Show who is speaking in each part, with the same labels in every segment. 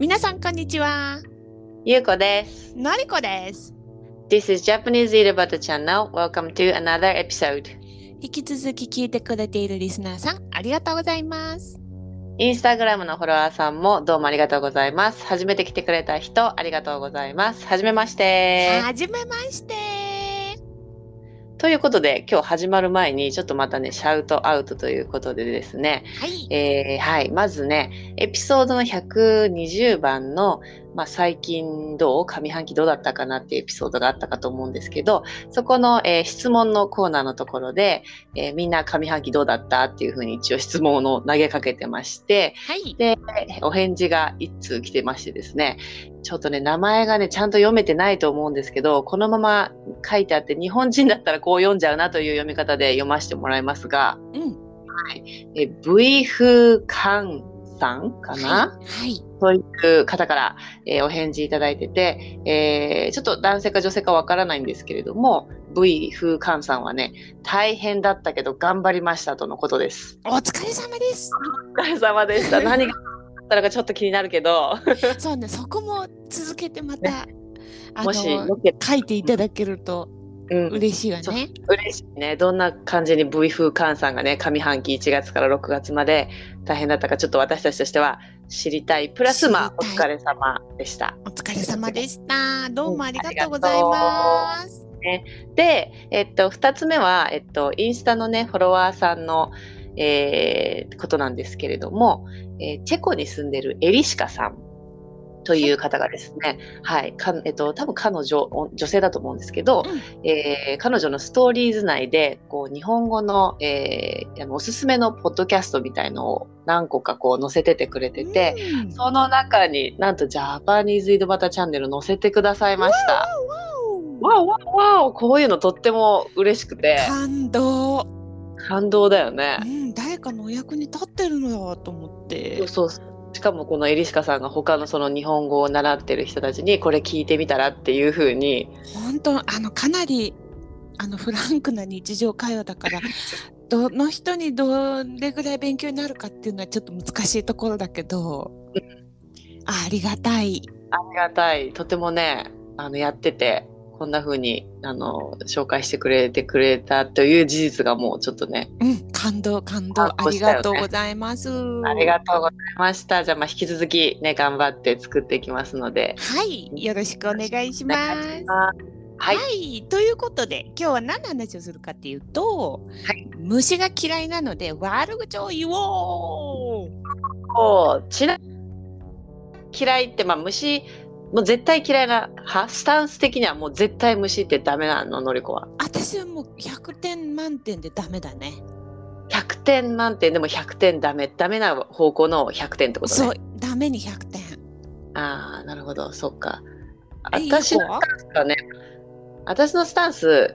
Speaker 1: 皆さんこんにちは。
Speaker 2: ゆうこです。
Speaker 1: のりこです。
Speaker 2: This is Japanese Eat About the Channel. Welcome to another episode.
Speaker 1: 引き続き聞いてくれているリスナーさん、ありがとうございます。
Speaker 2: インスタグラムのフォロワーさんもどうもありがとうございます。初めて来てくれた人、ありがとうございます。はじめまして。
Speaker 1: はじめまして。
Speaker 2: ということで、今日始まる前に、ちょっとまたね、シャウトアウトということでですね、
Speaker 1: はい。
Speaker 2: えーはい、まずね、エピソードの120番の、まあ、最近どう上半期どうだったかなっていうエピソードがあったかと思うんですけど、そこの、えー質問のコーナーのところで、えーみんな上半期どうだったっていうふうに一応質問を投げかけてまして、
Speaker 1: はい。
Speaker 2: え お返事が一通来てましてですね、ちょっとね、名前がね、ちゃんと読めてないと思うんですけど、このまま書いてあって、日本人だったらこう読んじゃうなという読み方で読ませてもらいますが、
Speaker 1: うん。
Speaker 2: えブイフカンさんかな、
Speaker 1: はい。
Speaker 2: そういう方から、えーお返事いただいてて、えーちょっと男性か女性かわからないんですけれども、ブイフカンさんはね、大変だったけど頑張りましたとのことです。
Speaker 1: お疲れ様 です。
Speaker 2: お疲れ様でした。 何があったのかちょっと気になるけど、
Speaker 1: そうね、そこも続けてまた、あ
Speaker 2: もし
Speaker 1: の、
Speaker 2: ロケ、
Speaker 1: 書いていただけると
Speaker 2: うん、
Speaker 1: 嬉しいわ
Speaker 2: そう
Speaker 1: ね。
Speaker 2: 嬉しいね。どんな感じに V 風換さんがね、上半期1月から6月まで大変だったか、ちょっと私たちとしては知りたい。プラス、まあ、お
Speaker 1: 知りた
Speaker 2: 疲れ様でした。
Speaker 1: お疲れ様でした。どうもありがとうご
Speaker 2: あ
Speaker 1: ざい
Speaker 2: りがとう
Speaker 1: ます。
Speaker 2: で、えっと、2つ目は、えっと、インスタのね、フォロワーさんの、えーことなんですけれども、えーチェコに住んでるエリシカさんという方がですね、はい、かんえっと、多分彼女、お女性だと思うんですけど、
Speaker 1: うん
Speaker 2: えー彼女のストーリーズ内で、こう、日本語の、えーあのおすすめのポッドキャストみたいのを何個かこう載せててくれてて、
Speaker 1: うん
Speaker 2: その中になんとジャパニーズ井戸端チャンネル載せてくださいました。わおわおわおこういうのとっても嬉しくて
Speaker 1: 感動、
Speaker 2: 感動だよね
Speaker 1: う。ん、誰かのお役に立ってるのよと思って
Speaker 2: そうそうしかもこのエリシカさんが他のその日本語を習ってる人たちにこれ聞いてみたらっていう風に
Speaker 1: 本当あのかなりあのフランクな日常会話だ からどの人にどれぐらい勉強になるかっていうのはちょっと難しいところだけどあありがたい
Speaker 2: ありがたいとてもねあのやっててこんな風にあの紹介してくれてくれたという事実がもうちょっとね、
Speaker 1: うん感動感動
Speaker 2: 感
Speaker 1: あ
Speaker 2: 動
Speaker 1: り
Speaker 2: したよね
Speaker 1: がとうございます
Speaker 2: ありがとうございましたじゃあまあ引き続きね頑張って作っていきますので
Speaker 1: はいよろしくお願いし
Speaker 2: お
Speaker 1: ま
Speaker 2: 願い
Speaker 1: す
Speaker 2: しますは
Speaker 1: は
Speaker 2: い
Speaker 1: い、ということで今日は何の話をするかっていうと、
Speaker 2: はい
Speaker 1: 虫が嫌いなので悪口を言おう
Speaker 2: こうちな嫌いってまあ虫もう絶対嫌いなはスタンス的にはもう絶対虫ってダメなののりこは
Speaker 1: 私はもう100点満点でダメだね
Speaker 2: 100点満点でも100点ダメダメな方向の100点ってこと
Speaker 1: そ
Speaker 2: ね
Speaker 1: うダメに100点
Speaker 2: ああなるほどそっか
Speaker 1: え
Speaker 2: 私
Speaker 1: ゆう
Speaker 2: の
Speaker 1: こは
Speaker 2: 私のスタンス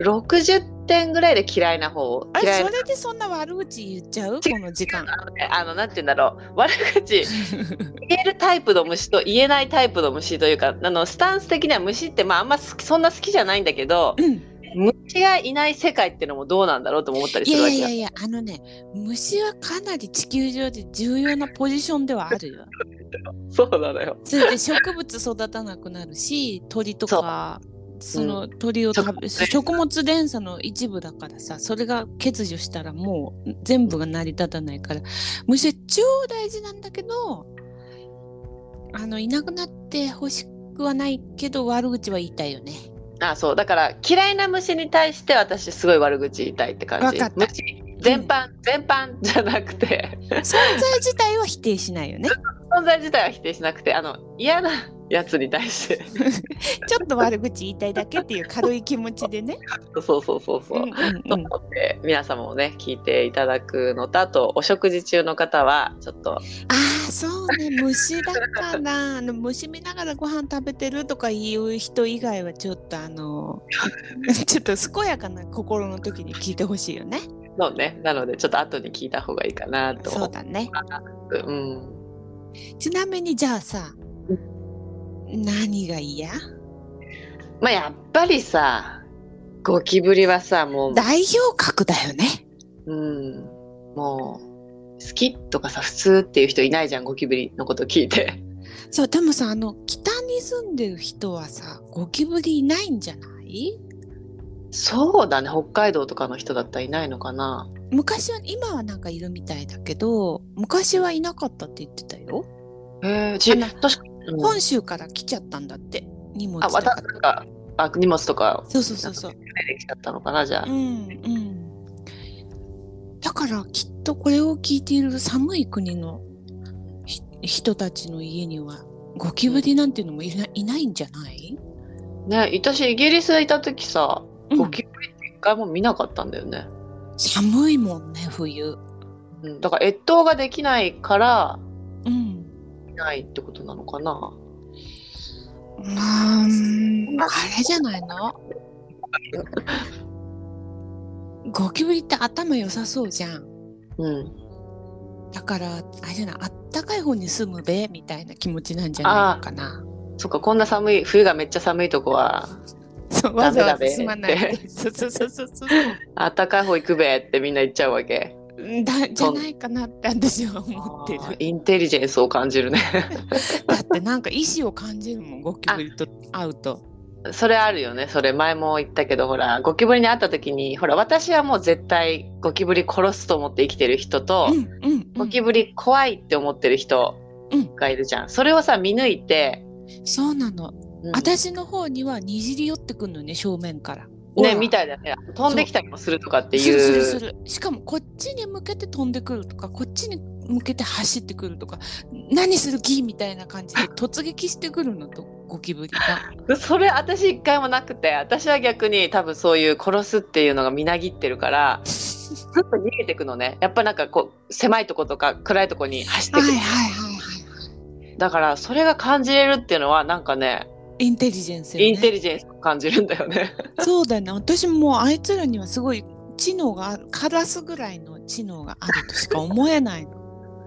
Speaker 2: 60点ぐらいで嫌いな方
Speaker 1: あ
Speaker 2: 嫌い
Speaker 1: れ
Speaker 2: な
Speaker 1: それでそんな悪口言っちゃう
Speaker 2: 違う
Speaker 1: この時 間
Speaker 2: あのなんて言うんだろう悪口言えるタイプの虫と言えないタイプの虫というかあのスタンス的には虫ってまああんま好きそんな好きじゃないんだけど、
Speaker 1: うん
Speaker 2: 虫がいない世界ってのもどうなんだろうとも思ったり
Speaker 1: い
Speaker 2: するわ
Speaker 1: やい
Speaker 2: け
Speaker 1: や
Speaker 2: よ。
Speaker 1: いやあのね虫はかなり地球上で重要なポジションではあるよ
Speaker 2: そうなのよ。
Speaker 1: それで植物育たなくなるし鳥とかその鳥を食べ、
Speaker 2: 食物
Speaker 1: 食物連鎖の一部だからさそれが欠如したらもう全部が成り立たないから虫は超大事なんだけどあのいなくなってほしくはないけど悪口は言いたいよね。
Speaker 2: あ、そうだから嫌いな虫に対して私すごい悪口言いたいって感じ。
Speaker 1: わかった
Speaker 2: 虫全般、全般じゃなくて
Speaker 1: 存在自体は否定しないよね。
Speaker 2: 存在自体は否定しなくてあの嫌なやつに対して
Speaker 1: ちょっと悪口言いたいだけっていう軽い気持ちでね。
Speaker 2: そうそうそう そう。
Speaker 1: うんうん
Speaker 2: と
Speaker 1: うん
Speaker 2: 思って皆様もね聞いていただくのとあとお食事中の方はちょっと
Speaker 1: ああそうね虫だからあの虫見ながらご飯食べてるとかいう人以外はちょっとあ のちょっと健やかな心の時に聞いてほしいよね。
Speaker 2: そうねなのでちょっと後に聞いた方がいいかなと
Speaker 1: そ
Speaker 2: 思
Speaker 1: う
Speaker 2: って
Speaker 1: だね。
Speaker 2: う、ん、
Speaker 1: ちなみにじゃあさ
Speaker 2: う
Speaker 1: 何が嫌
Speaker 2: まあやっぱりさゴキブリはさもう
Speaker 1: 代表格だよね。
Speaker 2: うん、もう好きとかさ普通っていう人いないじゃんゴキブリのこと聞いて
Speaker 1: そうでもさあの北に住んでる人はさゴキブリいないんじゃない
Speaker 2: そうだね北海道とかの人だったらいないのかな
Speaker 1: 昔は今はなんかいるみたいだけど昔はいなかったって言ってたよ、
Speaker 2: へえち
Speaker 1: あの
Speaker 2: 確かに、うん
Speaker 1: 本州から来ちゃったんだって荷物
Speaker 2: あ
Speaker 1: とか
Speaker 2: 私なんかあ荷物とか
Speaker 1: そうそうそうそう
Speaker 2: できちゃったのかなじゃあ、
Speaker 1: うんうんだからきっとこれを聞いている寒い国のひ人たちの家にはゴキブリなんていうのもいないないんじゃない、
Speaker 2: ね私イギリスいた時さ
Speaker 1: うん
Speaker 2: ゴキブリって一回も見なかったんだよね、
Speaker 1: 寒いもんね冬。
Speaker 2: うん、だから越冬ができないから
Speaker 1: うん
Speaker 2: いないってことなのかな
Speaker 1: まあ、うんあれじゃないのゴキブリって頭良さそうじゃん。
Speaker 2: うん
Speaker 1: だから、あれじゃない、あったかい方に住むべみたいな気持ちなんじゃないのかな。
Speaker 2: そっかこんな寒い冬がめっちゃ寒いとこは
Speaker 1: そう、わ
Speaker 2: ダメ
Speaker 1: ざ
Speaker 2: だ
Speaker 1: わ
Speaker 2: べ
Speaker 1: ざ住まないで。そうそうそうそう そう。
Speaker 2: あったかい方行くべってみんな言っちゃうわけ
Speaker 1: うんだじゃないかなって私は 思ってる
Speaker 2: あーインテリジェンスを感じるね
Speaker 1: だってなんか意志を感じるもんゴキブリと会うと
Speaker 2: それあるよねそれ前も言ったけどほらゴキブリに会った時にほら私はもう絶対ゴキブリ殺すと思って生きてる人と、
Speaker 1: うんうんうん
Speaker 2: ゴキブリ怖いって思ってる人がいるじゃん、それをさ見抜いて、
Speaker 1: そうなの
Speaker 2: うん
Speaker 1: 私の方にはにじり寄ってくるのね正面から
Speaker 2: ねみ
Speaker 1: いった
Speaker 2: いだね飛んできたりもするとかって
Speaker 1: するする
Speaker 2: い
Speaker 1: す
Speaker 2: う
Speaker 1: るしかもこっちに向けて飛んでくるとかこっちに向けて走ってくるとか何する気みたいな感じで突撃してくるのとゴキブリが
Speaker 2: それ私一回もなくて私は逆に多分そういう殺すっていうのがみなぎって るからずっと逃げてくのねやっぱなんかこう狭いとことか暗いとこに走って
Speaker 1: はい
Speaker 2: く
Speaker 1: は
Speaker 2: る、
Speaker 1: いはいは
Speaker 2: だからそれが感じれるっていうのはなんかね
Speaker 1: いインテリジェンスよ、ね、
Speaker 2: インテリジェンスを感じるんだ よね
Speaker 1: そうだね私もあいつらにはすごい知能があるカラスぐらいの知能があるとしか思えない の、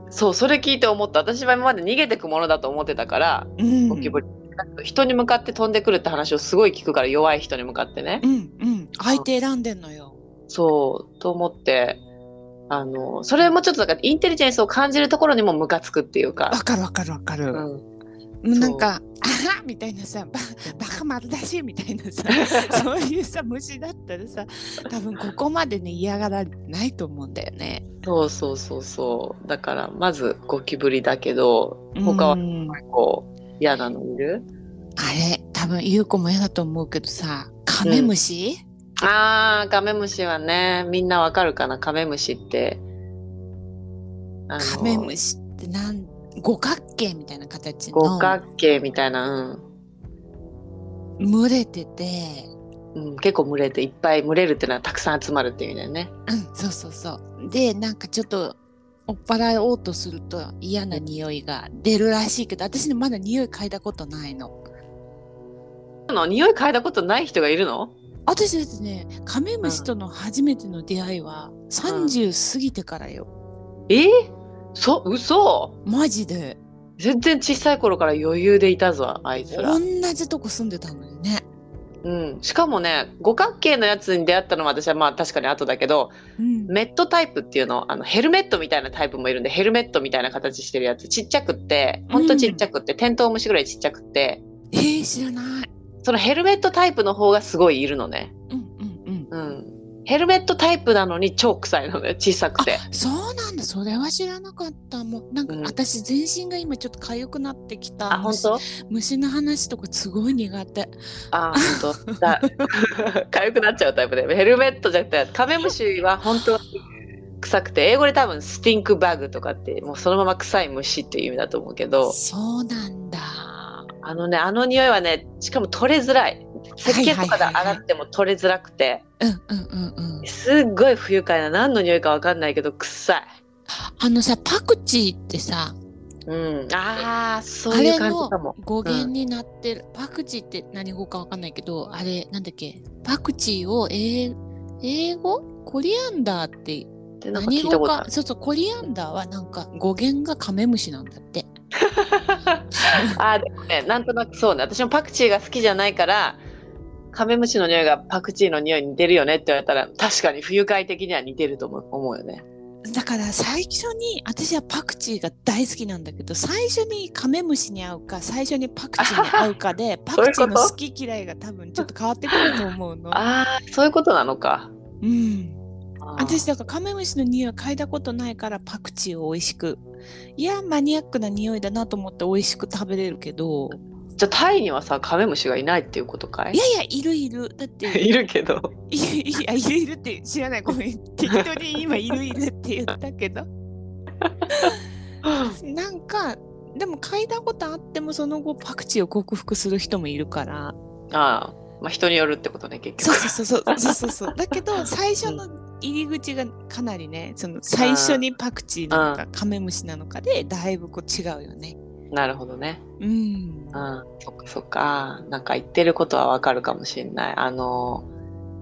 Speaker 2: そうそれ聞いて思った私は今まで逃げてくものだと思ってたから
Speaker 1: うん、
Speaker 2: ゴキブリ、人に向かって飛んでくるって話をすごい聞くから弱い人に向かってね、
Speaker 1: うんうん相手選んでんのよ
Speaker 2: そうと思ってあのそれもちょっとだからインテリジェンスを感じるところにもムカつくっていうか
Speaker 1: わ、かるわかるわかる、
Speaker 2: う
Speaker 1: も
Speaker 2: ん、
Speaker 1: うなんか「あは!」みたいなさ「ババカ丸出し」みたいな さそういうさ虫だったらさ多分ここまでね嫌がらないと思うんだよね。
Speaker 2: そうそうそうそうだからまずゴキブリだけど他
Speaker 1: う
Speaker 2: は
Speaker 1: ん
Speaker 2: こう嫌なのいる、
Speaker 1: あれ多分優子も嫌だと思うけどさカメムシ、
Speaker 2: あーカメムシはねみんなわかるかなカメムシってあの
Speaker 1: カメムシってなん五角形みたいな形
Speaker 2: 五
Speaker 1: の
Speaker 2: 角形みたいな、
Speaker 1: 群れてて、
Speaker 2: うんうん、結構群れていっぱい群れるっていうのはたくさん集まるっていう意味だよね
Speaker 1: うん、そうそうそうでなんかちょっと追っ払おうとすると嫌な匂いが出るらしいけど私ねまだ匂い嗅いだことないの。
Speaker 2: あの匂い嗅いだことない人がいるの
Speaker 1: 私ですねカメムシとの初めての出会いは30過ぎてからよ、
Speaker 2: えー、そ嘘
Speaker 1: マジで
Speaker 2: 全然小さい頃から余裕でいたぞあいつら
Speaker 1: 同、じとこ住んでたのにね、
Speaker 2: うん、しかもね五角形のやつに出会ったのは私はまあ確かに後だけど
Speaker 1: うん、
Speaker 2: メットタイプっていうのあのヘルメットみたいなタイプもいるんでヘルメットみたいな形してるやつちっちゃくってほんとちっちゃくって、テントウムシぐらいちっちゃくって
Speaker 1: えー、知らない
Speaker 2: そのヘルメットタイプの方がすごいいるのね、
Speaker 1: うんうんうん
Speaker 2: うん、ヘルメットタイプなのに超臭いのね小さくて
Speaker 1: そうなんだそれは知らなかったもうなんか
Speaker 2: うん
Speaker 1: 私全身が今ちょっと痒くなってきた
Speaker 2: あ本当
Speaker 1: 虫虫の話とかすごい苦手
Speaker 2: あ本当だ 痒くなっちゃうタイプでヘルメットじゃなくてカメムシは本当に臭くて英語で多分スティンクバグとかってもうそのまま臭い虫っていう意味だと思うけど
Speaker 1: そうなんだ
Speaker 2: あのねあの匂いはねしかも取れづらい石鹸とかで
Speaker 1: はいはいはいはい
Speaker 2: 洗っても取れづらくて
Speaker 1: うんうんうんうん
Speaker 2: すっごい不愉快な何の匂いか分かんないけど臭い。
Speaker 1: あのさパクチーってさ
Speaker 2: うん、ああそう
Speaker 1: あ
Speaker 2: い
Speaker 1: れ
Speaker 2: う感じ
Speaker 1: の
Speaker 2: かも。
Speaker 1: 語源になってる、パクチーって何語かわかんないけどあれなんだっけパクチーを英英語コリアンダーって
Speaker 2: ってなんか
Speaker 1: 何
Speaker 2: 聞いた
Speaker 1: 語
Speaker 2: こと
Speaker 1: か
Speaker 2: ある。
Speaker 1: そうそうコリアンダーはなんか語源がカメムシなんだって
Speaker 2: あーでもねなんとなくそうね私もパクチーが好きじゃないからカメムシの匂いがパクチーの匂いに似てるよねって言われたら確かに不愉快的には似てると思う思うよね。
Speaker 1: だから最初に私はパクチーが大好きなんだけど最初にカメムシに合うか最初にパクチーに合うか でパクチーの好き嫌いが多分ちょっと変わってくると思うの。
Speaker 2: ああそういうことなのか。
Speaker 1: うん、
Speaker 2: あー
Speaker 1: 私だからカメムシの匂い嗅いだことないからパクチーを美味しくいやマニアックな匂いだなと思って美味しく食べれるけど
Speaker 2: じゃあタイにはさカメムシがいないっていうことか
Speaker 1: い
Speaker 2: い
Speaker 1: やいやいるいるだって
Speaker 2: いるけど。
Speaker 1: いいやいるいるって知らないごめん適当に今いるいるって言ったけ どなんかでも嗅いだことあってもその後パクチーを克服する人もいるから
Speaker 2: ああまあ人によるってことね結
Speaker 1: そう
Speaker 2: 局。
Speaker 1: そうそう そうそうそうそうだけど最初の入り口がかなりねその最初にパクチーなのかカメムシなのかでだいぶこう違うよね。
Speaker 2: なるほどね。
Speaker 1: うん
Speaker 2: うん、そっかそっか。あーなんか言ってることはわかるかもしれない。あの、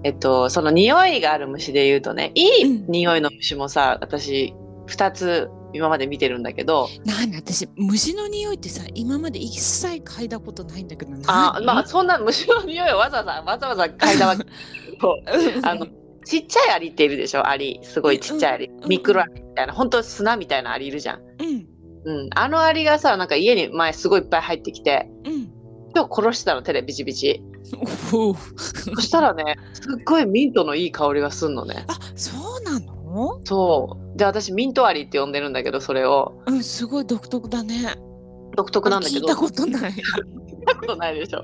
Speaker 2: えっと、その匂いがある虫で言うとね、いい
Speaker 1: うん
Speaker 2: 匂いの虫もさ、私、2つ今まで見てるんだけど、
Speaker 1: なに私虫の匂いってさ今まで一切嗅いだことないんだけど
Speaker 2: あーまあ、
Speaker 1: そ
Speaker 2: そんな虫の匂いをわざわざ、わざわざ嗅 いだわけだけどあの、ちっちゃいアリっているでしょ、アリ。すごいちっちゃいアリ
Speaker 1: うんうんう。ん
Speaker 2: ミクロアリみたいな、本当砂みたいなアリいるじゃん。
Speaker 1: うん
Speaker 2: うん、あのアリがさ、なんか家に前すごいいっぱい入ってきて、
Speaker 1: うん
Speaker 2: 今日殺してたの、手でビチビチ。
Speaker 1: おお
Speaker 2: そしたらね、すっごいミントのいい香りがすんのね。
Speaker 1: あそうなの
Speaker 2: そう。で、私、ミントアリって呼んでるんだけど、それを。
Speaker 1: うんすごい独特だね
Speaker 2: 独特なんだけ
Speaker 1: 聞い
Speaker 2: ど。
Speaker 1: たことない
Speaker 2: 聞いたことないでしょ。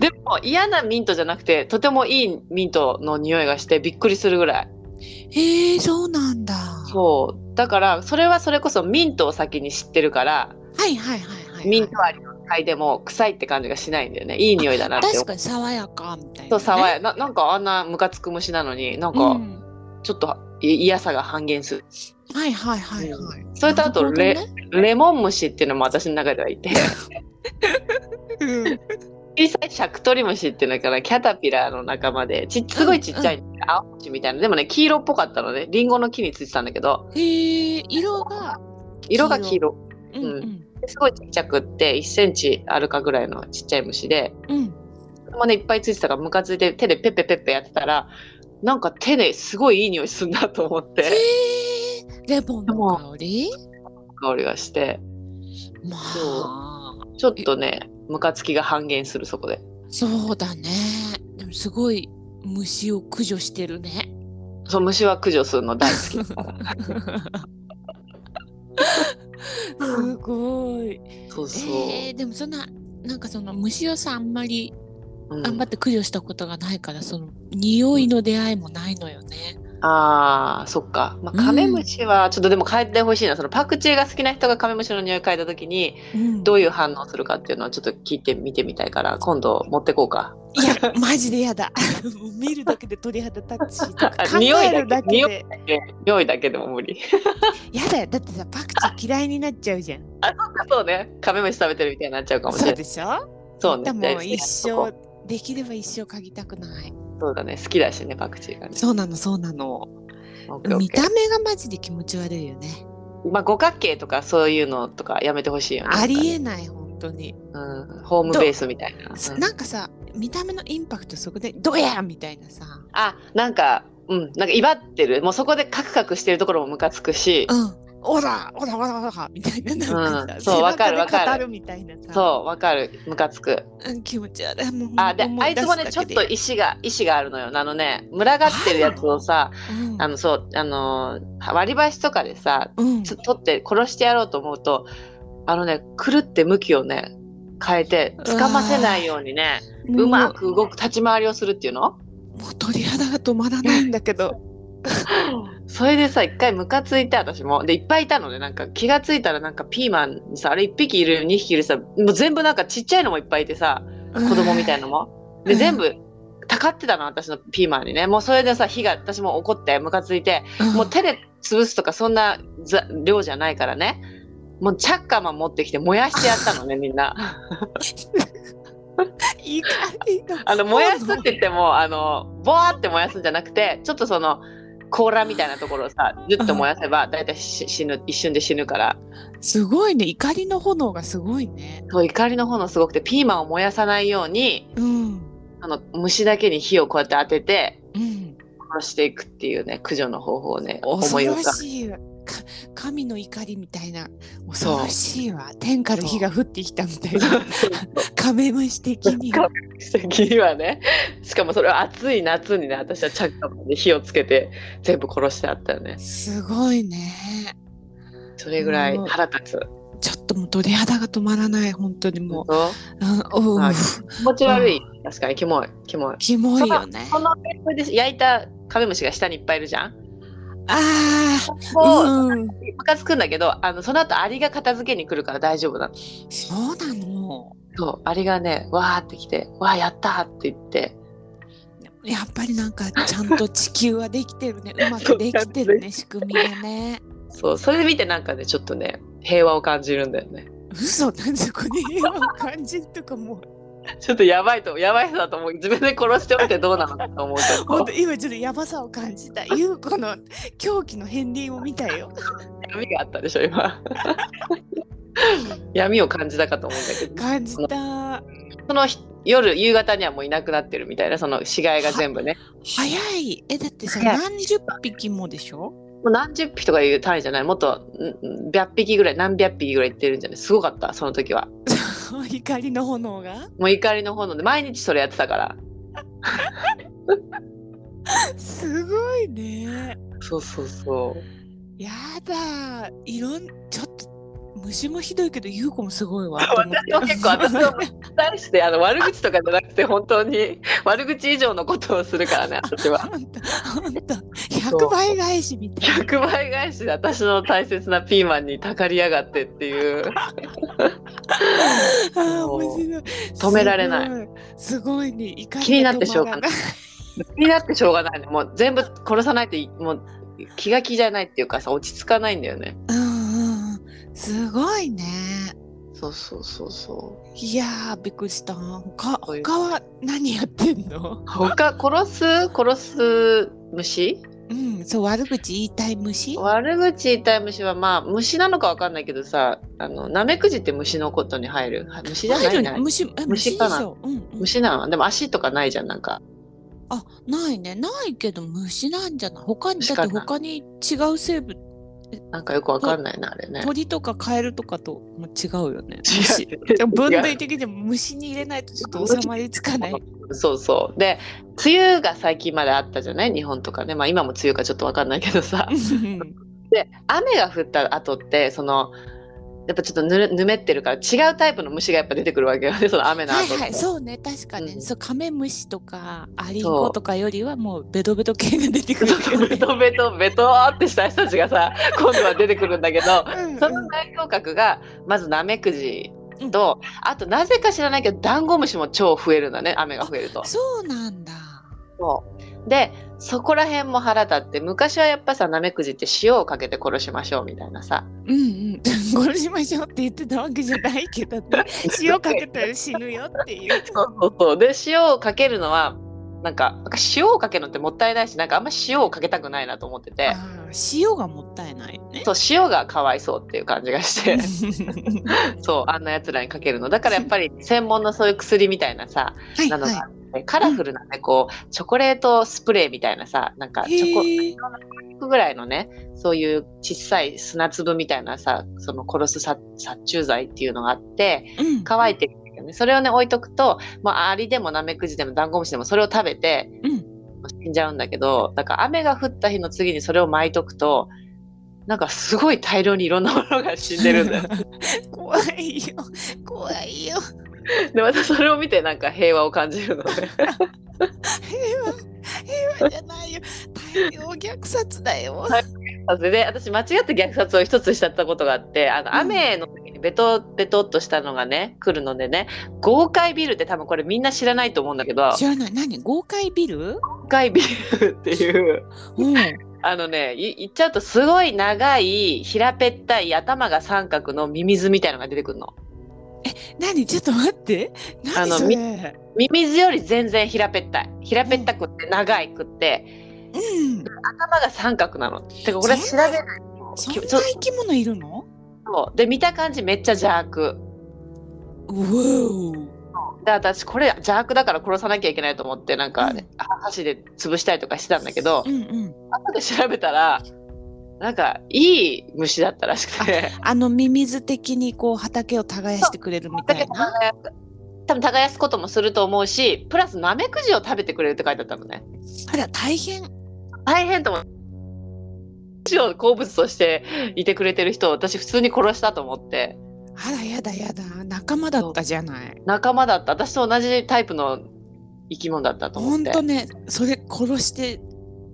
Speaker 2: でも、嫌なミントじゃなくて、とてもいいミントの匂いがして、びっくりするぐらい。
Speaker 1: へえそうなんだ
Speaker 2: そう。だから、それはそれこそミントを先に知ってるから、
Speaker 1: はいはいはいはい、はい、
Speaker 2: ミントアリの嗅いでも臭いって感じがしないんだよね。いい匂いだなって思
Speaker 1: 確
Speaker 2: う。
Speaker 1: かに爽やかみたいな、ね、
Speaker 2: そう、爽やななんかあんなムカつく虫なのに、なん
Speaker 1: う
Speaker 2: か、
Speaker 1: ん
Speaker 2: ちょっとい嫌さが半減する。
Speaker 1: はいはいはいはい。
Speaker 2: それとあと
Speaker 1: なる
Speaker 2: レモン虫っていうのも私の中ではいて。
Speaker 1: ほどね
Speaker 2: 小さいシャクトリムシっていうのからキャタピラーの仲間でちすごいちっちゃい、青虫みたいなでもね黄色っぽかったのねリンゴの木についてたんだけど
Speaker 1: うんへえ色が、
Speaker 2: 色が黄色
Speaker 1: うんうん
Speaker 2: すごいちっちゃくって1センチあるかぐらいのちっちゃい虫で
Speaker 1: うん、
Speaker 2: それもねいっぱいついてたからムカついて手でペッペペッペやってたらなんか手ですごいいい匂いするなと思っ
Speaker 1: へ
Speaker 2: て
Speaker 1: えレモンの香り
Speaker 2: 香りがして
Speaker 1: まあ
Speaker 2: そちょっとねムカつきが半減するそこで
Speaker 1: そうだねでもすごい虫を駆除してるね
Speaker 2: そう虫は駆除するの大好きだから
Speaker 1: すごい
Speaker 2: そうそう、
Speaker 1: えー、でもそんななんかその虫をさあんまり
Speaker 2: うん
Speaker 1: 頑張って駆除したことがないから、その匂いの出会いもないのよね、
Speaker 2: あーそっか、まあ、
Speaker 1: うん
Speaker 2: カメムシはちょっとでも変えてほしいな、そのパクチーが好きな人がカメムシの匂い嗅いだ時に
Speaker 1: うん
Speaker 2: どういう反応するかっていうのはちょっと聞いてみてみたいから今度持ってこうか
Speaker 1: いや、マジでやだ。 もう見るだけで鳥肌タッチとか考
Speaker 2: 匂いだけ
Speaker 1: えるだけ
Speaker 2: 匂
Speaker 1: で。
Speaker 2: で匂いだけでも無理
Speaker 1: やだよ。だってさ、パクチー嫌いになっちゃうじゃん。
Speaker 2: そうねカメムシ食べてるみたいになっちゃうかもし
Speaker 1: そ
Speaker 2: れ
Speaker 1: う
Speaker 2: ない
Speaker 1: でしょ
Speaker 2: そう
Speaker 1: だ
Speaker 2: ね
Speaker 1: からもう
Speaker 2: じゃあ
Speaker 1: 一
Speaker 2: そ
Speaker 1: 生
Speaker 2: こ、
Speaker 1: できれば一生嗅ぎたくない。
Speaker 2: そうだね好きだしねパクチーがね
Speaker 1: そうなの、そうなの。
Speaker 2: オッケーオ
Speaker 1: 見
Speaker 2: ッケー
Speaker 1: た目がマジで気持ち悪いよね。
Speaker 2: まあ五角形とかそういうのとかやめてほしいよね
Speaker 1: ありえ
Speaker 2: え、
Speaker 1: ない、本当に。
Speaker 2: うん、ホームベースみたいな、うん
Speaker 1: なんかさ、見た目のインパクトそこで、どやみたいなさ。
Speaker 2: あなんかうんなんか威張ってるもうそこでカクカクしてるところもムカつくし、
Speaker 1: うん。おらおらおらおらみたいな。なんか
Speaker 2: うん
Speaker 1: さ
Speaker 2: そうわかる
Speaker 1: 背中で
Speaker 2: わかる
Speaker 1: 語みたいなさ。
Speaker 2: そう、わかる。ムカつく。
Speaker 1: うん。気持ち悪い。もう
Speaker 2: あ、で、
Speaker 1: 思
Speaker 2: あい
Speaker 1: 出
Speaker 2: つ
Speaker 1: す
Speaker 2: も
Speaker 1: だ
Speaker 2: ね、
Speaker 1: け
Speaker 2: ちょっ
Speaker 1: で
Speaker 2: と意志が、意志があるのよ。あのね、群がってるやつをさ、
Speaker 1: うん
Speaker 2: あの、そう、あのー、割り箸とかでさ、
Speaker 1: うん
Speaker 2: つ取って殺してやろうと思うと、あのね、くるって向きをね、変えて、掴ませないようにね、うまく動く立ち回りをするっていうの
Speaker 1: もう鳥肌が止まらないんだけど
Speaker 2: それでさ、一回ムカついて、私も。で、いっぱいいたのね、なんか気がついたらなんかピーマンにさ、あれ一匹いる、二匹いるさ、もう全部なんかちっちゃいのもいっぱいいてさ、子供みたいのも。
Speaker 1: う
Speaker 2: で
Speaker 1: ん
Speaker 2: 全部たかってたの私のピーマンにねもうそれでさ火が私も怒ってムカついても う手で潰すとかそんなざ量じゃないからねもうチャッカマン持ってきて燃やしてやった のねみんな
Speaker 1: いい感じ
Speaker 2: あの燃やすって言ってもあのボワーって燃やすんじゃなくてちょっとその甲羅みたいなところをさずっと燃やせば大体し死ぬ一瞬で死ぬから
Speaker 1: すごいね怒りの炎がすごいね
Speaker 2: そう怒りの炎すごくてピーマンを燃やさないように
Speaker 1: うん
Speaker 2: あの虫だけに火をこうやって当てて
Speaker 1: うん
Speaker 2: 殺していくっていうね駆除の方法をね思
Speaker 1: 恐
Speaker 2: い浮
Speaker 1: ろ
Speaker 2: かべ
Speaker 1: しい考神の怒りみたいな
Speaker 2: そ
Speaker 1: 恐
Speaker 2: う
Speaker 1: ろしいわ天から火が降ってきたみたいなカメムシ的には
Speaker 2: 次はねしかもそれは暑い夏にね私はチャッカマで火をつけて全部殺してあったよね
Speaker 1: すごいね
Speaker 2: それぐらい腹立つ
Speaker 1: ちょっともう鳥肌が止まらない本当にも
Speaker 2: うん
Speaker 1: う、うんうん
Speaker 2: はい気持ち悪い確かにキモいキモい
Speaker 1: キモいよね
Speaker 2: このこれで焼いたカメムシが下にいっぱいいるじゃん
Speaker 1: あ
Speaker 2: もう
Speaker 1: あうん
Speaker 2: ムカつくんだけどあのその後アリが片付けに来るから大丈夫なの
Speaker 1: そうなの
Speaker 2: そうアリがねわーって来てわーやったーって言って
Speaker 1: やっぱりなんかちゃんと地球はできてる ねうまくできてるね仕組みがね
Speaker 2: そうそれ見てなんかねちょっとね平和を感じるんだよね
Speaker 1: 嘘なんでそこに平和を感じるとかもう
Speaker 2: ちょっとやばいとやばい人だと思う自分で殺しておいてどうなのかと思う け
Speaker 1: 本
Speaker 2: ど
Speaker 1: 当今ちょっとやばさを感じた優子の狂気の片鱗を見たよ
Speaker 2: 闇があったでしょ今 闇を感じたかと思うんだけど
Speaker 1: 感じた早
Speaker 2: その日夜夕方にはもういなくなってるみたいなその死骸が全部ね
Speaker 1: いえだってさ
Speaker 2: 早い
Speaker 1: 何十匹もでしょ
Speaker 2: もう何十匹とかいう単位じゃないもっとんん100匹ぐらい何百匹ぐらいいってるんじゃないすごかったその時は
Speaker 1: 光の炎が
Speaker 2: もう怒りの炎で毎日それやってたから
Speaker 1: すごいね
Speaker 2: そうそうそう
Speaker 1: やだいろんちょっと虫もひどいけど優子もすごいわと思って
Speaker 2: 私も結構私も対してあの悪口とかじゃなくて本当に悪口以上のことをするからね私は
Speaker 1: あんたあんた100倍返しみたいな
Speaker 2: 100倍返しで私の大切なピーマンにたかりやがってっていう
Speaker 1: あー
Speaker 2: そう
Speaker 1: 面白い
Speaker 2: 止められない
Speaker 1: いすごいね怒り
Speaker 2: 気になってしょう
Speaker 1: が
Speaker 2: が
Speaker 1: 止まら
Speaker 2: ない気になってしょうがないのもう全部殺さないといもう気が気じゃないっていうかさ落ち着かないんだよね
Speaker 1: うんうんうんすごいね
Speaker 2: そうそうそうそう
Speaker 1: いやーびっくりした他
Speaker 2: そういう
Speaker 1: 他は何やってんの
Speaker 2: 他殺す殺す虫
Speaker 1: うんそう悪口言いたい虫
Speaker 2: 悪口言いたい虫はまあ虫なのかわかんないけどさあのナメクジって虫のことに入るは虫じゃない
Speaker 1: 入る
Speaker 2: な
Speaker 1: 虫え
Speaker 2: 虫
Speaker 1: 虫で
Speaker 2: か
Speaker 1: し
Speaker 2: な
Speaker 1: ょ、うんうん、
Speaker 2: 虫なのでも足とかないじゃんなんか
Speaker 1: あないねないけど虫なんじゃない他に
Speaker 2: 虫
Speaker 1: だ
Speaker 2: か
Speaker 1: って
Speaker 2: な
Speaker 1: 他に違う生物
Speaker 2: なんかよくわかんないなあれね
Speaker 1: 鳥とかカエルとかとも違うよね
Speaker 2: 違
Speaker 1: 虫
Speaker 2: う
Speaker 1: でも分類的にも虫に入れないとちょっと収まりつかない。
Speaker 2: そうそうで梅雨が最近まであったじゃない日本とかねまあ今も梅雨かちょっとわかんないけどさで雨が降った後ってそのやっぱちょっとぬるぬめってるから違うタイプの虫がやっぱ出てくるわけよねその雨の後
Speaker 1: は
Speaker 2: って、
Speaker 1: いはいそうね確かに、
Speaker 2: うん
Speaker 1: そうカメムシとかアリン
Speaker 2: そ
Speaker 1: コ
Speaker 2: う
Speaker 1: とかよりはもうベトベト系が出てくる
Speaker 2: そう
Speaker 1: よ
Speaker 2: ベ
Speaker 1: ね。
Speaker 2: トベトベトーってした人たちがさ今度は出てくるんだけど
Speaker 1: うんうん
Speaker 2: その代表格がまずナメクジとあとなぜか知らないけどダンゴムシも超増えるんだね雨が増えると。
Speaker 1: そうなんだ。
Speaker 2: そうでそこら辺も腹立って昔はやっぱさナメクジって塩をかけて殺しましょうみたいなさ
Speaker 1: うんうん。殺しましょうって言ってたわけじゃないけ どね。塩かけたら死ぬよっていう。
Speaker 2: そうそうそうで塩をかけるのはなんかなんか塩をかけるのってもったいないしなんかあんま塩をかけたくないなと思ってて
Speaker 1: あー塩がもったいない ね。
Speaker 2: そう塩がかわいそうっていう感じがして そうあんなやつらにかけるのだからやっぱり専門のそういう薬みたいなさ
Speaker 1: はい
Speaker 2: なのが
Speaker 1: は
Speaker 2: あってカラフルなねこうチョコレートスプレーみたいなさなんか
Speaker 1: い。
Speaker 2: チョコ
Speaker 1: へー
Speaker 2: ぐらいのねそういう小さい砂粒みたいなさその殺す殺殺虫剤っていうのがあって
Speaker 1: うん
Speaker 2: 乾いてるんだけどねそれをね置いとくと、まあ、アリでもナメクジでもダンゴムシでもそれを食べて、
Speaker 1: うん
Speaker 2: 死んじゃうんだけどだから雨が降った日の次にそれを巻いとくとなんかすごい大量にいろんなものが死んでるんだよ
Speaker 1: 怖いよ怖いよ
Speaker 2: でまたそれを見てなんか平和を感じる のね
Speaker 1: 平和平和じゃないよ大量虐殺だよ
Speaker 2: それで私間違って虐殺を一つしちゃったことがあってあ
Speaker 1: うん
Speaker 2: の雨の時にベトベトっとしたのがね来るのでね豪快ビルって多分これみんな知らないと思うんだけど
Speaker 1: 知らない何豪快ビル
Speaker 2: 豪快ビルっていう
Speaker 1: うん
Speaker 2: あのねい言っちゃうとすごい長い平べったい頭が三角のミミズみたいのが出てくるの
Speaker 1: 何ちょっと待って
Speaker 2: あ
Speaker 1: 何
Speaker 2: の
Speaker 1: それ
Speaker 2: ミミズより全然平べったい平べったくって長いくって
Speaker 1: うん
Speaker 2: 頭が三角なのてかこれ調べないと
Speaker 1: そん
Speaker 2: き
Speaker 1: な
Speaker 2: ちょ
Speaker 1: 生き物いるの
Speaker 2: そうで見た感じめっちゃ邪悪
Speaker 1: うわ
Speaker 2: で私これ邪悪だから殺さなきゃいけないと思ってなんか、
Speaker 1: うん
Speaker 2: 箸で潰したりとかしてたんだけど
Speaker 1: おうんうん
Speaker 2: 後で調べたらなんかいい虫だったらしくて
Speaker 1: あのミミズ的にこう畑を耕してくれるみた
Speaker 2: だけ
Speaker 1: い
Speaker 2: ど
Speaker 1: な。
Speaker 2: 耕す多分耕すこともすると思うしプラスナメクジを食べてくれるって書いてあったのね
Speaker 1: あら大変。
Speaker 2: 大変と思う虫を好物としていてくれてる人を私普通に殺したと思って
Speaker 1: あらやだやだ仲間だったじゃない。
Speaker 2: 仲間だった私と同じタイプの生き物だったと思っ
Speaker 1: 本
Speaker 2: て
Speaker 1: 当ねそれ殺して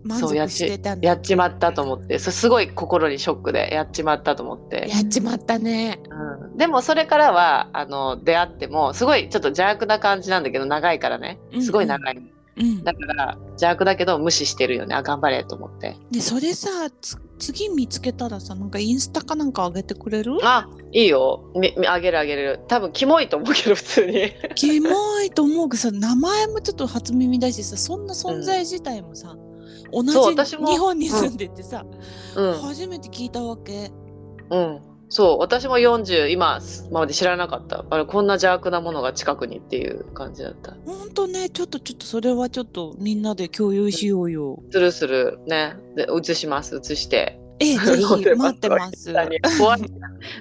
Speaker 1: 満
Speaker 2: そうや
Speaker 1: 足
Speaker 2: っち
Speaker 1: してたんだ
Speaker 2: やっちまったと思ってそれすごい心にショックでやっちまったと思って
Speaker 1: やっちまったね。
Speaker 2: うんでもそれからはあの出会ってもすごいちょっと邪悪な感じなんだけど長いからね
Speaker 1: うんうん
Speaker 2: すごい長い、
Speaker 1: うん
Speaker 2: だ。から邪悪だけど無視してるよねあ頑張れと思って
Speaker 1: でそれさつ次見つけたらさなんかインスタかなんか上げてくれる？
Speaker 2: あいいよみみあげるあげる多分キモいと思うけど普 通に
Speaker 1: キモいと思うけどさ名前もちょっと初耳だしさそんな存在自体もさ、同
Speaker 2: そう
Speaker 1: じ
Speaker 2: 私も
Speaker 1: 日本に住んでてさ、
Speaker 2: うん、
Speaker 1: 初めて聞いたわけ。
Speaker 2: うん、そう私も40今まで知らなかったあれこんな邪悪なものが近くにっていう感じだった
Speaker 1: ほんとねちょっとちょっとそれはちょっとみんなで共有しようよ。
Speaker 2: するするねで移します 移して
Speaker 1: ええぜ
Speaker 2: 載
Speaker 1: ひ
Speaker 2: せます
Speaker 1: 待ってます。
Speaker 2: 下に怖い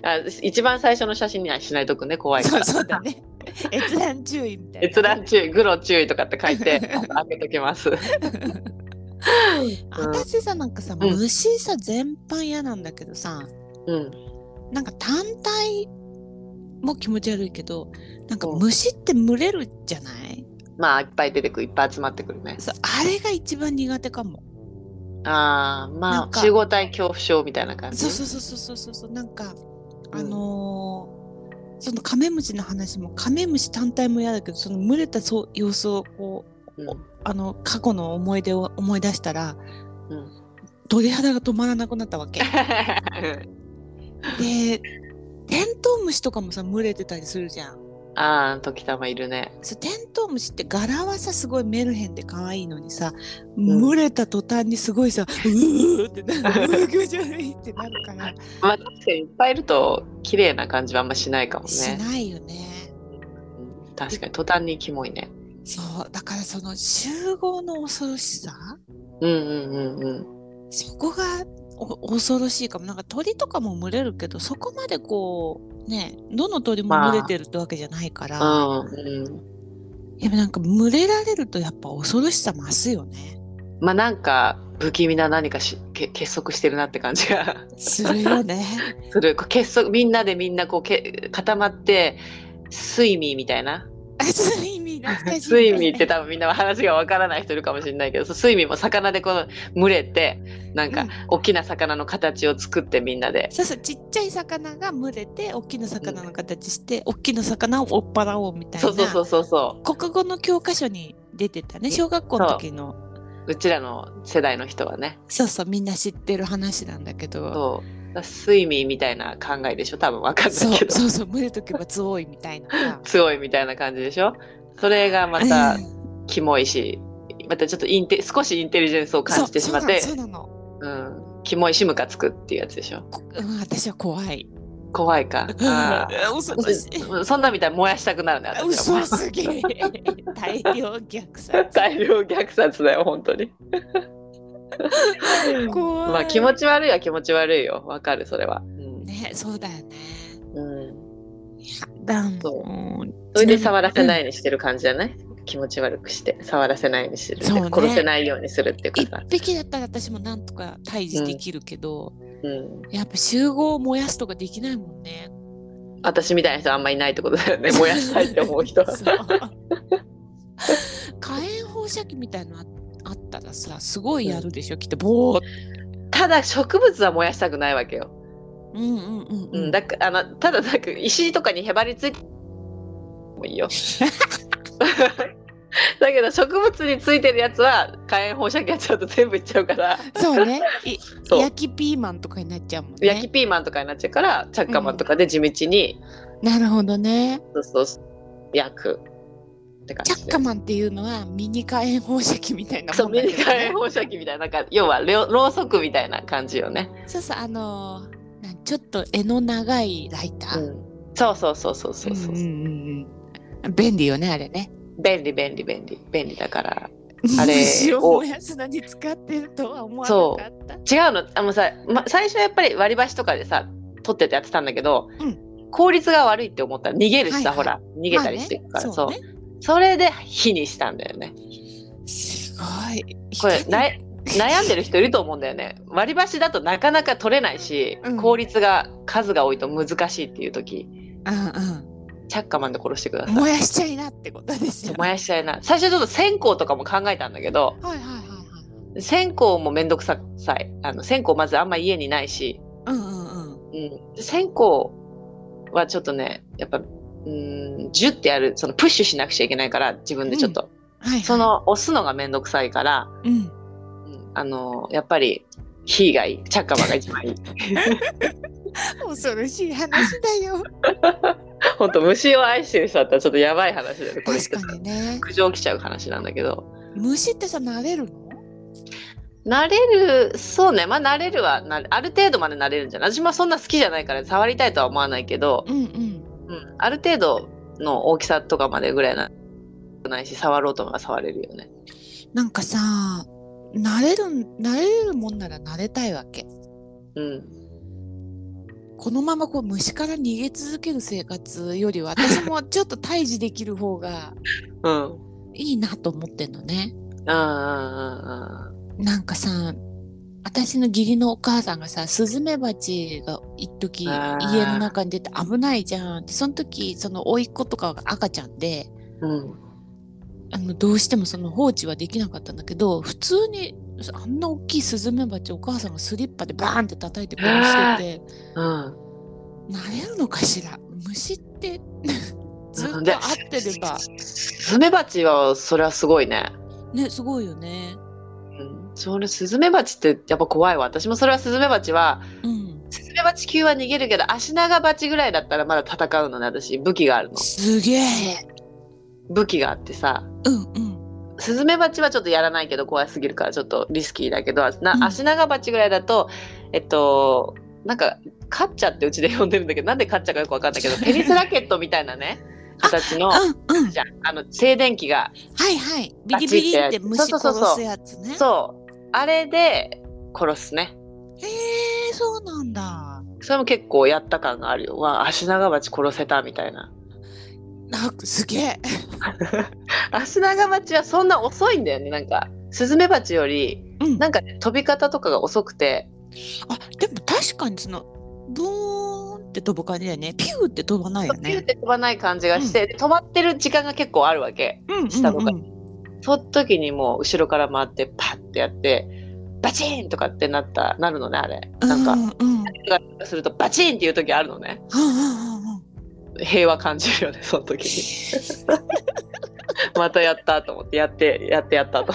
Speaker 2: あ一番最初の写真にはしないとくね怖いか
Speaker 1: そ
Speaker 2: ら
Speaker 1: うそうだね。閲覧注意みたいな。
Speaker 2: 閲覧注意、グロ注意とかって書いて 開けときます。
Speaker 1: 私さなんかさ、
Speaker 2: うん
Speaker 1: 虫さ全般嫌なんだけどさ
Speaker 2: うん、
Speaker 1: なんか単体も気持ち悪いけどなんか
Speaker 2: うん
Speaker 1: 虫って群れるじゃない
Speaker 2: まあいっぱい出てくるいっぱい集まってくるね。
Speaker 1: そうあれが一番苦手かも。
Speaker 2: ああ
Speaker 1: な
Speaker 2: ま
Speaker 1: ん
Speaker 2: あ
Speaker 1: か
Speaker 2: 集合体恐怖症みたいな感じ。
Speaker 1: そうそうそうそうそうそうなんか、
Speaker 2: うん
Speaker 1: あのーそのカメムシの話もカメムシ単体も嫌だけどその群れたそう様子をこう
Speaker 2: うん
Speaker 1: あの過去の思い出を思い出したら、
Speaker 2: うん
Speaker 1: 鳥肌が止まらなくなったわけ。でテントウムシとかもさ群れてたりするじゃん。
Speaker 2: ああ時たまいるね。
Speaker 1: そうテントウムシって柄はさすごいメルヘンで可愛いのにさ、
Speaker 2: ん
Speaker 1: 群れた途端にすごいさ「うー」ってなるうー気持ち悪いってなる から
Speaker 2: まあ確かにいっぱいいると綺麗な感じはあんましないかも
Speaker 1: し
Speaker 2: ね。
Speaker 1: ないよね。
Speaker 2: うん確かに途端にキモいね。
Speaker 1: そうだからその集合の恐ろしさ
Speaker 2: うんうんうんうん。
Speaker 1: そこがお恐ろしいかもなんか鳥とかも群れるけどそこまでこうねどの鳥も
Speaker 2: まあ
Speaker 1: 群れてるってわけじゃないから、
Speaker 2: うんうん。
Speaker 1: やっぱなんか群れられるとやっぱ恐ろしさ増すよね。
Speaker 2: まあなんか不気味な何かしけ結束してるなって感じが。
Speaker 1: するよね。
Speaker 2: するこう結束みんなでみんなこうけ固まって睡眠みたいな
Speaker 1: 睡眠懐かしい、ね。
Speaker 2: 睡眠って多分みんな話がわからない人いるかもしれないけどそう睡眠も魚でこの群れてなん
Speaker 1: う
Speaker 2: か
Speaker 1: ん
Speaker 2: 大きな魚の形を作ってみんなで
Speaker 1: そうそうちっちゃい魚が群れて大きな魚の形して、大きな魚を追っ払おうみたいな
Speaker 2: そうそうそうそうそ
Speaker 1: 国語の教科書に出てたね小学校の時の
Speaker 2: ううちらの世代の人はね
Speaker 1: そうそうみんな知ってる話なんだけど
Speaker 2: そうだ睡眠みたいな考えでしょ多分わかんないけ
Speaker 1: う
Speaker 2: ど
Speaker 1: そうそう群れとけば強いみたいなさ
Speaker 2: 強いみたいな感じでしょそれが また
Speaker 1: うん
Speaker 2: キモいしまたちょっとインテ少しインテリジェンスを感じてしまって
Speaker 1: そうそうなの
Speaker 2: うん、キモいしムカつくっていうやつでしょ
Speaker 1: そうなの、こうん、私は怖い
Speaker 2: 怖いか。あ
Speaker 1: 恐ろしい
Speaker 2: ーうんそんなんみたいに燃やしたくなるね。私は
Speaker 1: 嘘すぎ 大量虐殺
Speaker 2: 大量虐殺だよ、本当に。
Speaker 1: 怖い、
Speaker 2: まあ気持ち悪いは気持ち悪いよ。わかる、それは。うん
Speaker 1: ねそうだよね
Speaker 2: うん
Speaker 1: いやだもん
Speaker 2: そう
Speaker 1: うん
Speaker 2: それで触らせないようにしてる感じじゃない気持ち悪くして、触らせないようにするって。
Speaker 1: そうね
Speaker 2: 殺せないようにするっていうか
Speaker 1: 一
Speaker 2: さ。
Speaker 1: 匹だったら私もなんとか退治できるけど、
Speaker 2: うん、
Speaker 1: やっぱ集合を燃やすとかできないもんね。
Speaker 2: 私みたいな人あんまいないってことだよね。燃やしたいって思う人は。
Speaker 1: そう火炎放射器みたいのああったらさすごいやるでしょ、きっとボーって
Speaker 2: ただ植物は燃やしたくないわけよ。
Speaker 1: うんうんうん
Speaker 2: うん、だかあのただなんか石とかにへばりついて もういいよ。だけど植物についてるやつは火炎放射器やっちゃうと全部いっちゃうから、
Speaker 1: そうねい
Speaker 2: そう
Speaker 1: 焼きピーマンとかになっちゃうもんね
Speaker 2: 焼きピーマンとかになっちゃうからチャッカマンとかで地道に、
Speaker 1: なるほどね
Speaker 2: そうそう焼くって感
Speaker 1: チ
Speaker 2: じ
Speaker 1: ャッ
Speaker 2: で
Speaker 1: カマンっていうのはミニ火炎放射器みたいな
Speaker 2: そう
Speaker 1: もんだ
Speaker 2: ミ
Speaker 1: け
Speaker 2: ニ
Speaker 1: ど、
Speaker 2: 火炎放射器みたいななんか要はレオろうそくみたいな感じよね、
Speaker 1: そうそうあのーなんちょっと柄の長いライタ
Speaker 2: う
Speaker 1: ー、
Speaker 2: ん、そうそうそうそうそうそううん
Speaker 1: うんうんうん便利よねあれね
Speaker 2: 便利便利便利便利だからあれ
Speaker 1: 虫を
Speaker 2: を
Speaker 1: 燃やすのに使ってるとは思わ
Speaker 2: そう
Speaker 1: なかった。
Speaker 2: 違うのあのさ、ま、最初はやっぱり割り箸とかでさ取っててやってたんだけど、
Speaker 1: う
Speaker 2: 効率が悪いって思ったら逃げるしさ、
Speaker 1: はいは
Speaker 2: ほら逃げたりしていくから、
Speaker 1: まあ
Speaker 2: そう
Speaker 1: ね
Speaker 2: それで火にしたんだよね
Speaker 1: そうねすごい。
Speaker 2: これ
Speaker 1: 光
Speaker 2: な悩んでる人いると思うんだよね割り箸だとなかなか取れないし、
Speaker 1: うん
Speaker 2: 効率が数が多いと難しいっていう時
Speaker 1: うん
Speaker 2: チャッカマンで殺してくだ
Speaker 1: う
Speaker 2: さ
Speaker 1: ん。
Speaker 2: い
Speaker 1: 燃やしちゃいなってことですよ、
Speaker 2: 燃やしちゃいな最初ちょっと線香とかも考えたんだけど
Speaker 1: はいはいはい
Speaker 2: 線香もめんどくささいあの線香まずあんま家にないし、
Speaker 1: はい。うんうんうん。
Speaker 2: うん、線香はちょっとねやっぱうんジュってやるそのプッシュしなくちゃいけないから自分でちょっと、
Speaker 1: はい、はい。
Speaker 2: そ、の押すのがめんどくさいから、
Speaker 1: うん。
Speaker 2: うんあのやっぱり火がいいチャッカマンが一番いい
Speaker 1: 恐ろしい話だよ。
Speaker 2: ほんと虫を愛してる人だったらちょっとやばい話だよねこれ
Speaker 1: 確かにね。
Speaker 2: 苦情来ちゃう話なんだけど
Speaker 1: 虫ってさ、慣れるの
Speaker 2: 慣れるそうねまあ慣れるはなある程度まで慣れるんじゃない私もそんな好きじゃないから触りたいとは思わないけど、
Speaker 1: うんうん。
Speaker 2: うん、ある程度の大きさとかまでぐらいなないし触ろうとも触れるよね
Speaker 1: なんかさ、慣れるん、慣れるもんなら慣れたいわけ。
Speaker 2: うん
Speaker 1: このままこう虫から逃げ続ける生活よりは私もちょっと退治できる方が
Speaker 2: うん
Speaker 1: いいなと思ってんのね。
Speaker 2: うんうん
Speaker 1: なんかさ私の義理のお母さんがさスズメバチが一時
Speaker 2: あー
Speaker 1: 家の中に出て危ないじゃんってその時その甥っ子とかが赤ちゃんで
Speaker 2: うんうん
Speaker 1: あのどうしてもその放置はできなかったんだけど普通にあんな大きいスズメバチお母さんがスリッパでバーンって叩いて殺してて
Speaker 2: うん
Speaker 1: 慣れるのかしら虫ってずっと会ってれば。
Speaker 2: スズメバチはそれはすごいね、
Speaker 1: ねすごいよね。
Speaker 2: うん、それスズメバチってやっぱ怖いわ私もそれはスズメバチは
Speaker 1: うん。
Speaker 2: スズメバチ級は逃げるけど足長バチぐらいだったらまだ戦うのね私武器があるの
Speaker 1: すげえ。
Speaker 2: 武器があってさ
Speaker 1: うんうん。
Speaker 2: スズメバチはちょっとやらないけど怖すぎるからちょっとリスキーだけどな
Speaker 1: うん
Speaker 2: 足長バチぐらいだと、えっとなんかカッチャってうちで呼んでるんだけどなんでカッチャかよくわかんないけ どテニスラケットみたいなね形の
Speaker 1: うんうん。
Speaker 2: じゃんあの静電気が
Speaker 1: はいはい。ビリビリって虫
Speaker 2: そうそ
Speaker 1: 殺
Speaker 2: うそうそう
Speaker 1: すやつね。
Speaker 2: そうあれで殺すね
Speaker 1: へえそうなんだ。
Speaker 2: それも結構やった感があるよわ足長バチ殺せたみたいな
Speaker 1: なんかすげえ。
Speaker 2: 足長バチはそんな遅いんだよねなんかスズメバチより
Speaker 1: うん。
Speaker 2: なんかね、飛び方とかが遅くて
Speaker 1: あでも確かにそのブーンって飛ぶ感じだよね。ピューって飛ばないよ
Speaker 2: ピュー
Speaker 1: ね。
Speaker 2: って飛ばない感じがして、で止まってる時間が結構あるわけ
Speaker 1: うんうんうん
Speaker 2: 下とかその時にもう後ろから回ってパッてやってバチーンとかってなったなるのねあれなんか、
Speaker 1: うんうんうん
Speaker 2: するとバチーンっていう時あるのね
Speaker 1: うんうん。
Speaker 2: 平和感じるよねその時に またやったと思ってやってやってやったと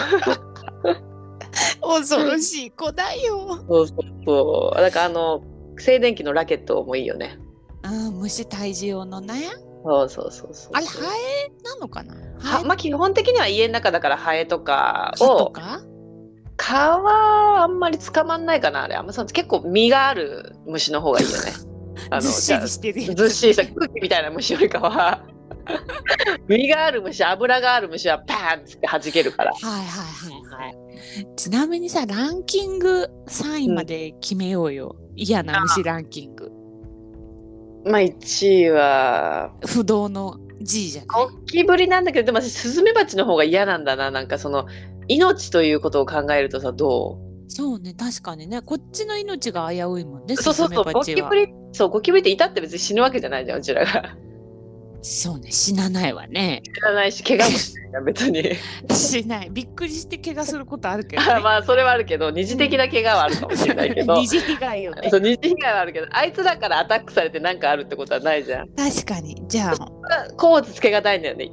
Speaker 1: 恐ろしい子だよ。
Speaker 2: そうそうそうだからあの静電気のラケットもいいよね
Speaker 1: うん虫退治用のね。
Speaker 2: そうそうそうそう
Speaker 1: あれハエなのかな。ハ
Speaker 2: は
Speaker 1: エ
Speaker 2: まあ基本的には家の中だからハエとか
Speaker 1: 蚊と
Speaker 2: を
Speaker 1: か。
Speaker 2: 蚊はあんまり捕まんないかなあれあんまそう結構身がある虫の方がいい よねあの
Speaker 1: ずっしりしてるやつ。
Speaker 2: ずっしりした空気みたいな虫よりかは 身がある虫油がある虫はパーンって弾けるから、
Speaker 1: はいはいはいはい。ちなみにさランキング3位まで決めようよ、嫌な虫ランキング
Speaker 2: まあ1位は
Speaker 1: 不動の G じゃない
Speaker 2: ゴキブリなんだけどでも私スズメバチの方が嫌なんだななんかその命ということを考えるとさど
Speaker 1: そうね確かにねこっちの命が危ういもんね
Speaker 2: うそうそうそ
Speaker 1: ス
Speaker 2: う
Speaker 1: ズメ
Speaker 2: ゴ
Speaker 1: バチ
Speaker 2: キ
Speaker 1: は
Speaker 2: ブリそうゴキブリっていたって別に死ぬわけじゃないじゃんうちらが
Speaker 1: そうね死なないわね
Speaker 2: 知らないし怪我もしないじゃん別に
Speaker 1: しないびっくりして怪我することあるけど、ね
Speaker 2: あ まあそれはあるけど二次的な怪我はあるかもしれないけど
Speaker 1: 二次被害よね
Speaker 2: そう二次被害はあるけどあいつらからアタックされて何かあるってことはないじゃん
Speaker 1: 確かにじゃあ
Speaker 2: コーツつけがたいんだよね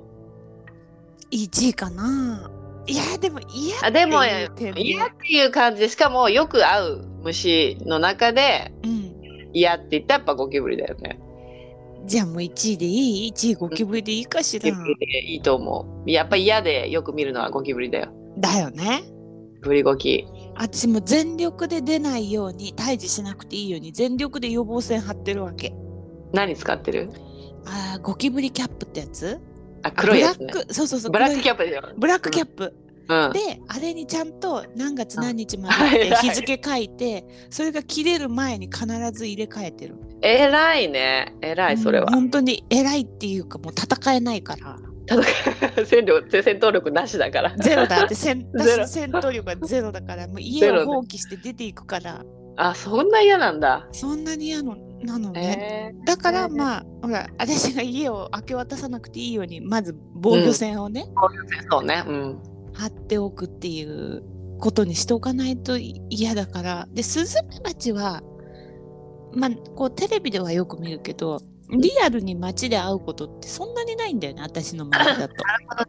Speaker 1: 1位かないやでも嫌
Speaker 2: あでも
Speaker 1: っていう点で
Speaker 2: 嫌っていう感じでしかもよく会う虫の中で
Speaker 1: うん
Speaker 2: 嫌って言ったらやっぱゴキブリだよね
Speaker 1: じゃあもう1位でいい1位ゴキブリでいいかし
Speaker 2: ゴキ
Speaker 1: ら
Speaker 2: ブリでいいと思うやっぱ嫌でよく見るのはゴキブリだよ
Speaker 1: だよね
Speaker 2: ブリゴキ
Speaker 1: 私も全力で出ないように退治しなくていいように全力で予防線張ってるわけ
Speaker 2: 何使ってる
Speaker 1: あーゴキブリキャップってやつ
Speaker 2: あ黒いやつ
Speaker 1: ブ
Speaker 2: ね
Speaker 1: ラックそうそうそう
Speaker 2: ブラックキ
Speaker 1: ャッ
Speaker 2: ャップだよ
Speaker 1: プブラックキャップ、
Speaker 2: うん。
Speaker 1: であれにちゃんと何月何日までって
Speaker 2: 偉い
Speaker 1: 日付書いてそれが切れる前に必ず入れ替えてる。
Speaker 2: 偉いね。偉い、それは
Speaker 1: うん。本当に偉いっていうかもう戦えない から
Speaker 2: 戦い 戦力、戦闘力なしだから。
Speaker 1: ゼロだって戦
Speaker 2: ゼロ
Speaker 1: 私戦闘力がゼロだからもう
Speaker 2: ゼ
Speaker 1: 家
Speaker 2: ロね
Speaker 1: を放棄して出ていくから
Speaker 2: あ、そんな嫌なんだ。
Speaker 1: そんなに嫌のなのね、
Speaker 2: えー
Speaker 1: だから
Speaker 2: えー
Speaker 1: まあほら私が家を明け渡さなくていいようにまず防御線をね、
Speaker 2: そうね。うん。
Speaker 1: 張っておくっていうことにしておかないと嫌だからでスズメバチはまあこうテレビではよく見るけどリアルに街で会うことってそんなにないんだよね私の周り だと。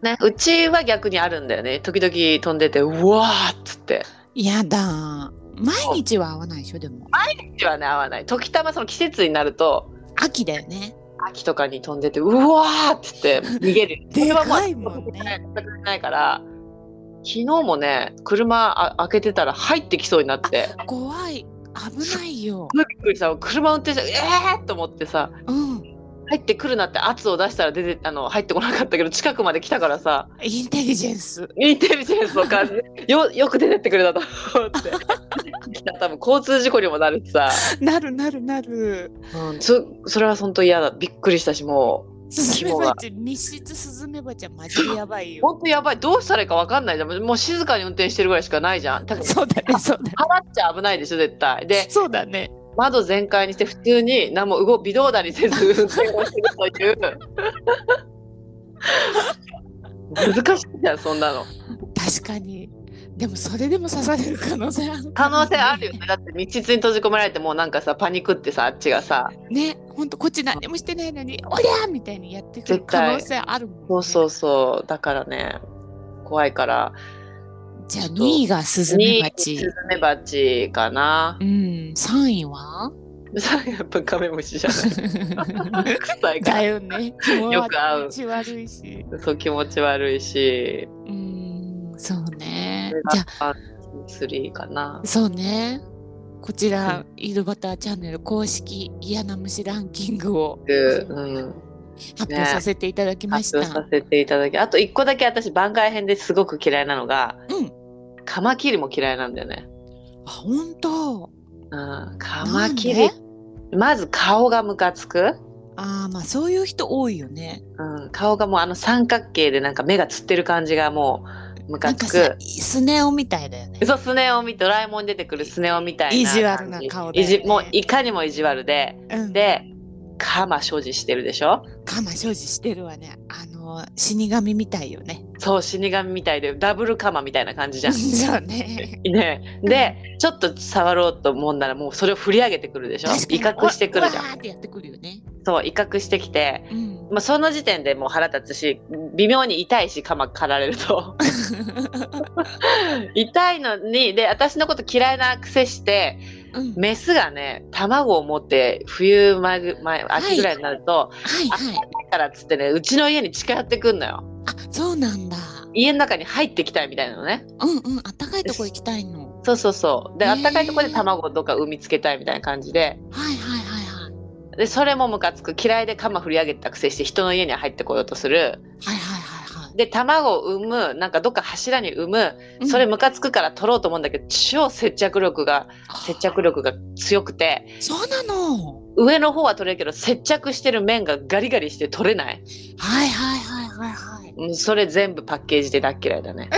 Speaker 2: ね、うちは逆にあるんだよね。時々飛んでて、うわーっつって。
Speaker 1: やだー毎日は会わないでしょでも
Speaker 2: うちはね、合わない。時たまその季節になると、
Speaker 1: 秋だよね
Speaker 2: 秋とかに飛んでて、うわーっつって逃げる。
Speaker 1: でかい
Speaker 2: それ
Speaker 1: もんね
Speaker 2: はもう全くないから、昨日もね、車あ開けてたら入ってきそうになって、
Speaker 1: 怖い危ないよ
Speaker 2: びっくりした。車運転して、えーっと思ってさ、
Speaker 1: うん
Speaker 2: 入ってくるなって圧を出したら出てあの入ってこなかったけど近くまで来たからさ
Speaker 1: インテリジェンス
Speaker 2: インテリジェンスを感じてよよく出てってくれたと思って来た多分交通事故にもなるしさ、
Speaker 1: なるなるなる
Speaker 2: うん、そそれは本当嫌だびっくりしたしも
Speaker 1: スズメバチ密室スズメバチはマジでやばいうよ
Speaker 2: 本当やばいどうしたらいいか分かんないじゃんもう静かに運転してるぐらいしかないじゃんだから
Speaker 1: そうだねそうだね
Speaker 2: 払っちゃ危ないでしょ絶対で
Speaker 1: そうだね
Speaker 2: 窓全開にして普通に何も動微動だにせず運転をしてるという難しいじゃんそんなの。
Speaker 1: 確かにでもそれでも刺される可能性ある
Speaker 2: 可能性あるよね。だって密室に閉じ込められてもうなんかさパニックってさあっちがさ
Speaker 1: ね本当こっち何もしてないのに「おりゃ!」みたいにやってくる
Speaker 2: 絶対
Speaker 1: 可能性あるもん、ね、
Speaker 2: そうそうそうだからね怖いから
Speaker 1: じゃあ2位がスズメバ
Speaker 2: に
Speaker 1: チ
Speaker 2: スズメバチかな
Speaker 1: うん3位 は
Speaker 2: さやっぱカメムシじゃな い臭いか
Speaker 1: だ
Speaker 2: ら
Speaker 1: よね。気持
Speaker 2: よく合う
Speaker 1: ち悪いし。
Speaker 2: そう気持ち悪いし
Speaker 1: うーん、そうね
Speaker 2: それ。
Speaker 1: じゃあ、
Speaker 2: が3かな
Speaker 1: そうね。こちら、井戸端チャンネル公式嫌な虫ランキングを
Speaker 2: うん
Speaker 1: 発表させていただきまし
Speaker 2: 発
Speaker 1: た。
Speaker 2: 表させていただきあと一個だけ私番外編ですごく嫌いなのが、
Speaker 1: うん
Speaker 2: カマキリも嫌いなんだよね、
Speaker 1: あ、本当。
Speaker 2: うん、カ
Speaker 1: な
Speaker 2: マ
Speaker 1: ん
Speaker 2: キ
Speaker 1: で
Speaker 2: リまず顔がムカつく、
Speaker 1: ああ、まあそういう人多いよね。
Speaker 2: うん、顔がもうあの三角形でなんか目がつってる感じがもうム
Speaker 1: な
Speaker 2: カ
Speaker 1: んか
Speaker 2: つ
Speaker 1: さ
Speaker 2: く、。
Speaker 1: スネ夫みたいだよね。
Speaker 2: そうスネ夫みドラえもんに出てくるスネ夫みたいな感じ。
Speaker 1: 意地悪な顔だ
Speaker 2: い
Speaker 1: よね
Speaker 2: じもういかにも意地悪で、
Speaker 1: うん、
Speaker 2: で、鎌所持してるでしょ
Speaker 1: カマ所持してるわね。あの、死神みたいよね。
Speaker 2: そう、死神みたいで、ダブル鎌みたいな 感じじゃん。
Speaker 1: そうね。
Speaker 2: ね、で、ちょっと触ろうと思うんなら、もうそれを振り上げてくるでしょ
Speaker 1: 確かに
Speaker 2: 威嚇してくるじゃん
Speaker 1: わ。わーってやってくるよね。
Speaker 2: そう、威嚇してきて、
Speaker 1: うん。
Speaker 2: まあ、その時点でもう腹立つし、微妙に痛いし、鎌刈られると。 痛いのにで私のこと嫌いな癖して
Speaker 1: うん
Speaker 2: メスがね卵を持って冬前ぐ前秋ぐらいになる
Speaker 1: は
Speaker 2: と、
Speaker 1: いはい。
Speaker 2: だからっつってねうちの家に近寄ってくんのよ
Speaker 1: あそうなんだ。
Speaker 2: 家の中に入ってきたいみたいなのね
Speaker 1: うんうん、あったかいとこ行きたいの。
Speaker 2: そうそうそうで
Speaker 1: へ
Speaker 2: あ
Speaker 1: ー
Speaker 2: ったかいところで卵をどっか産みつけたいみたいな感じで
Speaker 1: はいはいはいはい。
Speaker 2: でそれもムカつく嫌いで鎌振り上げた癖して人の家には入ってこようとする
Speaker 1: はいはいはいは
Speaker 2: で卵を産むなんかどっか柱に産む
Speaker 1: い。
Speaker 2: それ
Speaker 1: も、
Speaker 2: ムカつくから取ろうと思うんだけど超接着力が接着力が強くて。
Speaker 1: そうなの。
Speaker 2: 上の方は取れるけど接着してる面がガリガリして取れない、
Speaker 1: はいはいはいはいはい。
Speaker 2: うん、それ全部パッケージで大嫌い だね
Speaker 1: パ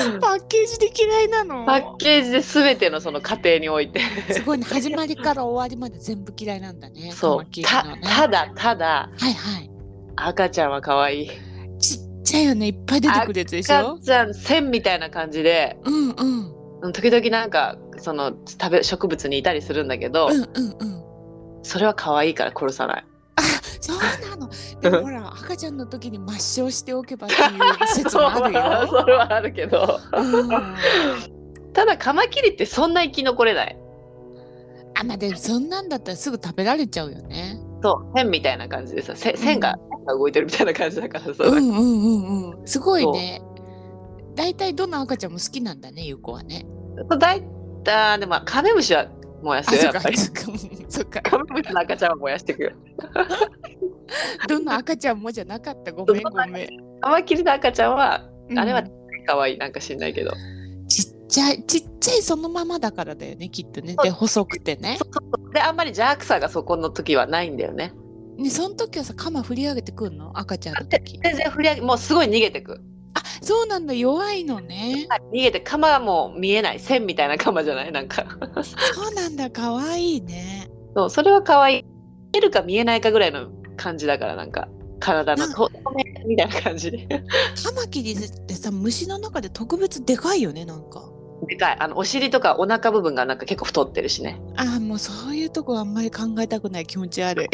Speaker 1: ッケージで嫌いなの
Speaker 2: パッケージで全てのその過程にお いて
Speaker 1: すごいね。始まりから終わりまで全部嫌いなんだね。
Speaker 2: そう
Speaker 1: カマキリ
Speaker 2: た
Speaker 1: のね
Speaker 2: ただただ
Speaker 1: はいはい。
Speaker 2: 赤ちゃんは可愛い
Speaker 1: ちっちゃいよね。いっぱい出てくるやつでし
Speaker 2: 赤
Speaker 1: ょ。
Speaker 2: ちゃん線みたいな感じで
Speaker 1: うんうん。
Speaker 2: うん時々なんかその食べ植物にいたりするんだけど、
Speaker 1: うんうんうん。
Speaker 2: それは可愛いから殺さない
Speaker 1: そうなの。でもほら、赤ちゃんの時に抹消しておけばっていう説もある よ。
Speaker 2: それはあるけど
Speaker 1: うん、
Speaker 2: ただカマキリってそんな生き残れない
Speaker 1: あ、まあ、でもそんなんだったらすぐ食べられちゃうよね。
Speaker 2: そう線みたいな感じでさせ線が,、線が動いてるみたいな感じだから
Speaker 1: う
Speaker 2: さ、
Speaker 1: んうんうんうん。すごいね。大体どの赤ちゃんも好きなんだね、ゆうこはね。
Speaker 2: そうだいたでもカメムシは燃や
Speaker 1: あ、
Speaker 2: すよ
Speaker 1: そ
Speaker 2: や
Speaker 1: っか
Speaker 2: っぱ、り
Speaker 1: そっか、そっか。
Speaker 2: カメムシの赤ちゃんは燃やしていくよ
Speaker 1: どの赤ちゃんもじゃなかった。ごめん、
Speaker 2: ど
Speaker 1: ご
Speaker 2: の赤
Speaker 1: めん。
Speaker 2: カマキリの赤ちゃんは、
Speaker 1: うん
Speaker 2: あれは可愛いなんか知んないけど。
Speaker 1: ちっちゃい、ちっちゃいそのままだからだよね、きっとね。で、細くてね。
Speaker 2: で、あんまり邪悪さがそこの時はないんだよね。
Speaker 1: ね、その時はさ、鎌振り上げてくんの赤ちゃんの時。
Speaker 2: 全然振り上げ、もうすごい逃げてく。
Speaker 1: あ、そうなんだ、弱いのね。
Speaker 2: 逃げて、カマも見えない。線みたいなカマじゃないなんか。
Speaker 1: そうなんだ、可愛いね。
Speaker 2: そう、それは可愛い。見えるか見えないかぐらいの感じだから、なんか、体の
Speaker 1: なん
Speaker 2: 透明みたいな感じで。
Speaker 1: カマキリってさ、虫の中で特別でかいよね、なんか。
Speaker 2: でかい。あの、お尻とかお腹部分がなんか結構太ってるしね。
Speaker 1: ああ、もうそういうとこあんまり考えたくない気持ち悪い。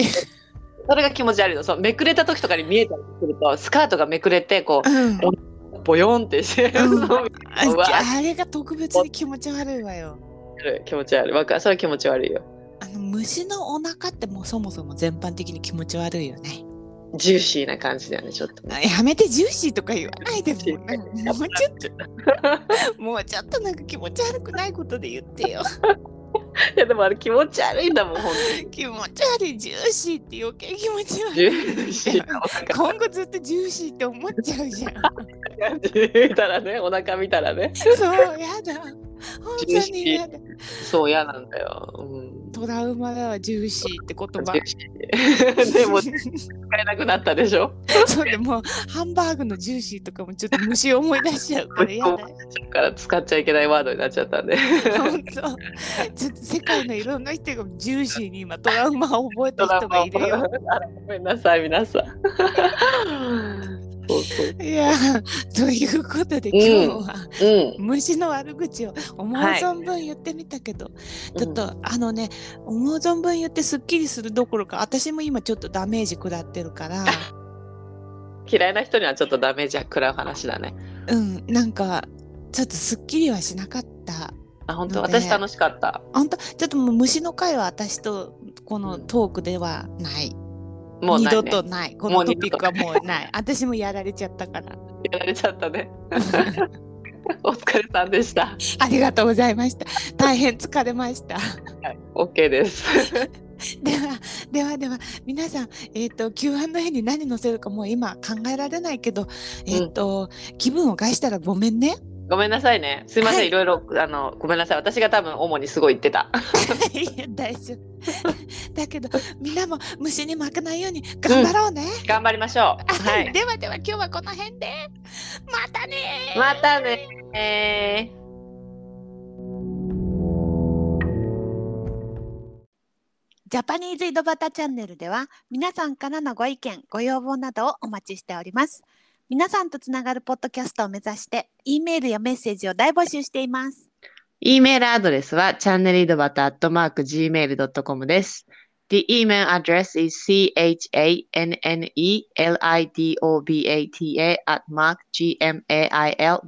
Speaker 2: それが気持ち悪いの。そう、めくれた時とかに見えたりすると、スカートがめくれて、こ
Speaker 1: うん
Speaker 2: う、ボヨンってして、
Speaker 1: うん
Speaker 2: そう
Speaker 1: あ
Speaker 2: うわ
Speaker 1: あれが特別に気持ち悪いわよ。
Speaker 2: 気持ち悪い。わかる。それ気持ち悪いよ。
Speaker 1: あの虫のお腹ってもうそもそも全般的に気持ち悪いよね。
Speaker 2: ジューシーな感じだよね、ちょっとね。
Speaker 1: あやめてジューシーとか言わないでもう なんかもうちょっともうちょっとなんか気持ち悪くないことで言って よ。
Speaker 2: いや、 でもあれ気持ち悪いんだもん、ほんと
Speaker 1: 気持ち悪いジューシーって余計気持ち
Speaker 2: ジ
Speaker 1: 悪
Speaker 2: ュ
Speaker 1: い。
Speaker 2: ーシーなお腹
Speaker 1: 今後ずっとジューシーって思っちゃう じゃん。
Speaker 2: 感じで見たらね、お腹見たらね。
Speaker 1: そうやだ。本
Speaker 2: ジュー
Speaker 1: 当
Speaker 2: シ
Speaker 1: に
Speaker 2: ー
Speaker 1: やだ。
Speaker 2: そう、嫌なんだよ。うん。
Speaker 1: トラウマだわジューシーって言葉
Speaker 2: ジュ。ーシーで も、使えなくなったでしょ
Speaker 1: そうでもうハンバーグのジューシーとかもちょっと虫思い出しちゃうからやだ よ。
Speaker 2: だから使っちゃいけないワードになっちゃったんで。
Speaker 1: 本当ちょっと世界のいろんな人がジューシーに今トラウマを覚えた人がいるよ。
Speaker 2: あらごめんなさい、皆 さん。そうそう。
Speaker 1: いやということで今日は
Speaker 2: うん。
Speaker 1: 虫の悪口を思う存分言ってみたけど、ちょっと、あのね思う存分言ってすっきりするどころか私も今ちょっとダメージ食らってる から。
Speaker 2: 嫌いな人にはちょっとダメージは食らう話だね。
Speaker 1: うん、なんかちょっとすっきりはしなかった。
Speaker 2: あ、本当
Speaker 1: ので
Speaker 2: 私楽しかった。
Speaker 1: 本当ちょっともう虫の会は私とこのトークではない。
Speaker 2: もう
Speaker 1: 二
Speaker 2: ない
Speaker 1: 度
Speaker 2: ね。
Speaker 1: とない。こ
Speaker 2: もう
Speaker 1: の
Speaker 2: 二
Speaker 1: ト
Speaker 2: 度と
Speaker 1: ピックはもうない。私もやられちゃったから。
Speaker 2: やられちゃったね。 お疲れさんでした。
Speaker 1: ありがとうございました。大変疲れました。
Speaker 2: OK です。
Speaker 1: では、ではでは、皆さん、えっ、と、Q&A に何載せるかもう今考えられないけど、えっ、と、気分を害したらごめんね。
Speaker 2: ごめんなさいね。すいません、
Speaker 1: はい
Speaker 2: い、ろいろあのごめんなさい。私が多分主にすごい言ってた。
Speaker 1: いや大丈夫。 だけど、みんなも虫に負けないように頑張ろうね。
Speaker 2: 頑張りましょう。は
Speaker 1: はい い、。ではでは今日はこの辺でまたねー
Speaker 2: またね
Speaker 3: ジャパニーズ井戸端チャンネルでは皆さんからのご意見ご要望などをお待ちしております皆さんとつながるポッドキャストを目指して E メールやメッセージを大募集しています
Speaker 2: E メールアドレスは channelidobata.gmail.com です。The email address is chanelidobata at mark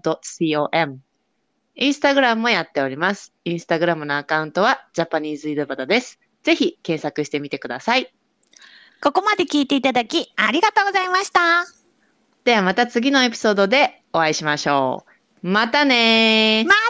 Speaker 2: gmail.com インスタグラムもやっております。インスタグラムのアカウントはジャパニーズイドバタです。ぜひ検索してみてください。
Speaker 3: ここまで聞いていただきありがとうございました
Speaker 2: ではまた次のエピソードでお会いしましょう。またねー
Speaker 3: またね